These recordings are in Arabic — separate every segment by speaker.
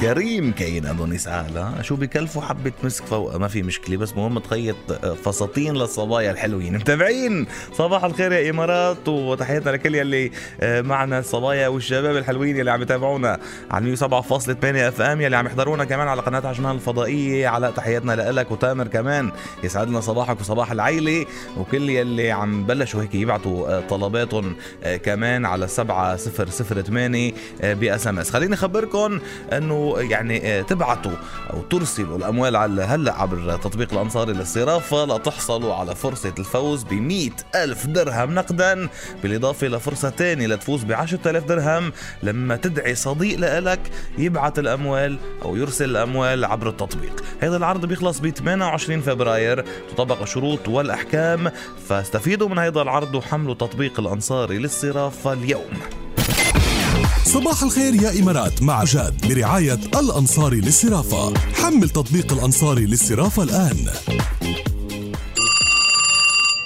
Speaker 1: كريم كاين ادونيس اعلى شو بكلفوا حبه مسك فوقها ما في مشكله بس مهم تخيط آه، فساتين للصبايا الحلوين متابعين صباح الخير يا امارات وتحياتنا لكل يلي آه، معنا الصبايا والشباب الحلوين يلي عم يتابعونا على 107.8 اف ام يلي عم يحضرونا كمان على قناه عجمان الفضائيه على تحياتنا لك وتامر كمان يسعد لنا صباحك وصباح العيله وكل يلي عم بلشوا هيك يبعتوا آه، طلباتهم آه، كمان على 7008 باس ام اس خليني اخبركم انه يعني تبعتوا او ترسلوا الاموال على هلا عبر التطبيق الانصاري للصرافه لتحصلوا على فرصه الفوز ب ألف درهم نقدا بالاضافه لفرصه ثانيه لتفوز ب 10000 درهم لما تدعي صديق لك يبعث الاموال او يرسل الاموال عبر التطبيق هذا العرض بيخلص ب 28 فبراير تطبق الشروط والاحكام فاستفيدوا من هذا العرض وحملوا تطبيق الانصاري للصرافه اليوم
Speaker 2: صباح الخير يا إمارات مع جاد برعاية الأنصاري للصرافة حمل تطبيق الأنصاري للصرافة الآن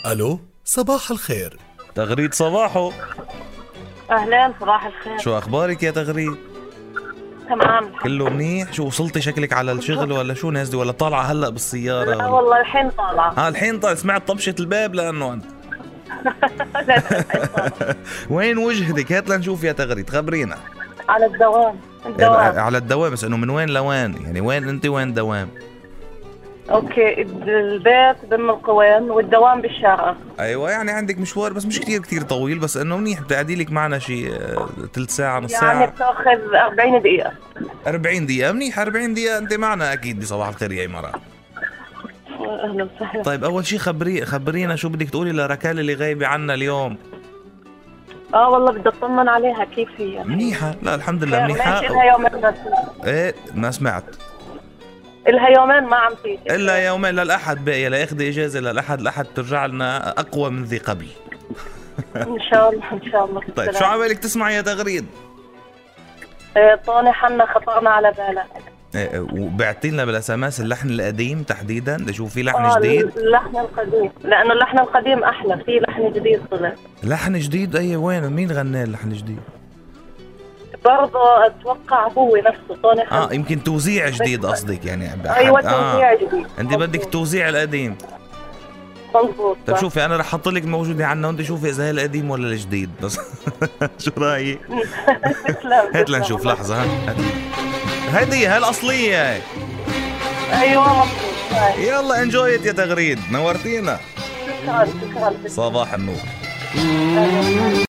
Speaker 2: ألو صباح الخير
Speaker 1: تغريد صباحه
Speaker 3: اهلا صباح الخير
Speaker 1: شو اخبارك يا تغريد
Speaker 3: تمام
Speaker 1: كله منيح شو وصلتي شكلك على الشغل ولا شو نازله ولا طالعه هلا بالسياره
Speaker 3: لا
Speaker 1: ولا
Speaker 3: آه، والله الحين طالعه
Speaker 1: ها الحين طالع سمعت طبشه الباب لانه انا آه.
Speaker 3: لا، الحين طالعة.
Speaker 1: وين وجهتك هات لنشوف يا تغريد خبرينا
Speaker 3: على الدوام الدوام
Speaker 1: على الدوام بس انه من وين لوين يعني وين انت وين دوام إيه.
Speaker 3: اوكي البيت ضمن القوام والدوام بالشارع
Speaker 1: ايوه يعني عندك مشوار بس مش كتير كتير طويل بس انه منيح بتعدي لك معنا شي آه، ثلث ساعه نص
Speaker 3: يعني
Speaker 1: ساعه
Speaker 3: بتاخذ 40 دقيقه
Speaker 1: 40 دقيقه منيح 40 دقيقه انت معنا اكيد بصباح الخير يا امارات
Speaker 3: اهلا وسهلا
Speaker 1: طيب اول شي خبري خبرينا شو بدك تقولي لركال اللي غايبه عنا اليوم
Speaker 3: اه والله بدي اطمن عليها كيف هي
Speaker 1: منيحه لا الحمد لله
Speaker 3: ماشي
Speaker 1: منيحه
Speaker 3: لها يومين بس
Speaker 1: ايه ما سمعت
Speaker 3: لها يومين ما عم تيجي
Speaker 1: الا يومين للاحد باقي لاخذ اجازه للاحد الاحد بترجع لنا اقوى من ذي قبل
Speaker 3: ان شاء الله ان شاء الله
Speaker 1: طيب شو عبالك تسمع يا تغريد
Speaker 3: آه، طوني حنا خطرنا على بالك
Speaker 1: إيه، إيه، وبعتي لنا بالاس ام اس اللحن القديم تحديدا لشوف في
Speaker 3: آه،
Speaker 1: لحن جديد
Speaker 3: اللحن القديم لانه اللحن القديم احلى في لحن جديد طلع
Speaker 1: لحن جديد اي وين مين غنى اللحن الجديد
Speaker 3: برضه اتوقع هو نفسه طوني حنا
Speaker 1: اه يمكن توزيع جديد قصدك يعني أحد-
Speaker 3: ايوه توزيع جديد
Speaker 1: انت بدك
Speaker 3: مظبوط.
Speaker 1: توزيع القديم
Speaker 3: مظبوط
Speaker 1: طيب
Speaker 3: صح.
Speaker 1: شوفي انا رح احط لك موجوده عنا وانت شوفي اذا هي القديم ولا الجديد بس شو رايك
Speaker 3: تسلم،
Speaker 1: هات
Speaker 3: تسلم.
Speaker 1: لنشوف لحظه ها هيدي هي الاصليه هي.
Speaker 3: ايوه مظبوط هاي.
Speaker 1: يلا انجويت يا تغريد نورتينا
Speaker 3: شكرا شكرا
Speaker 1: صباح النور
Speaker 3: شكراً.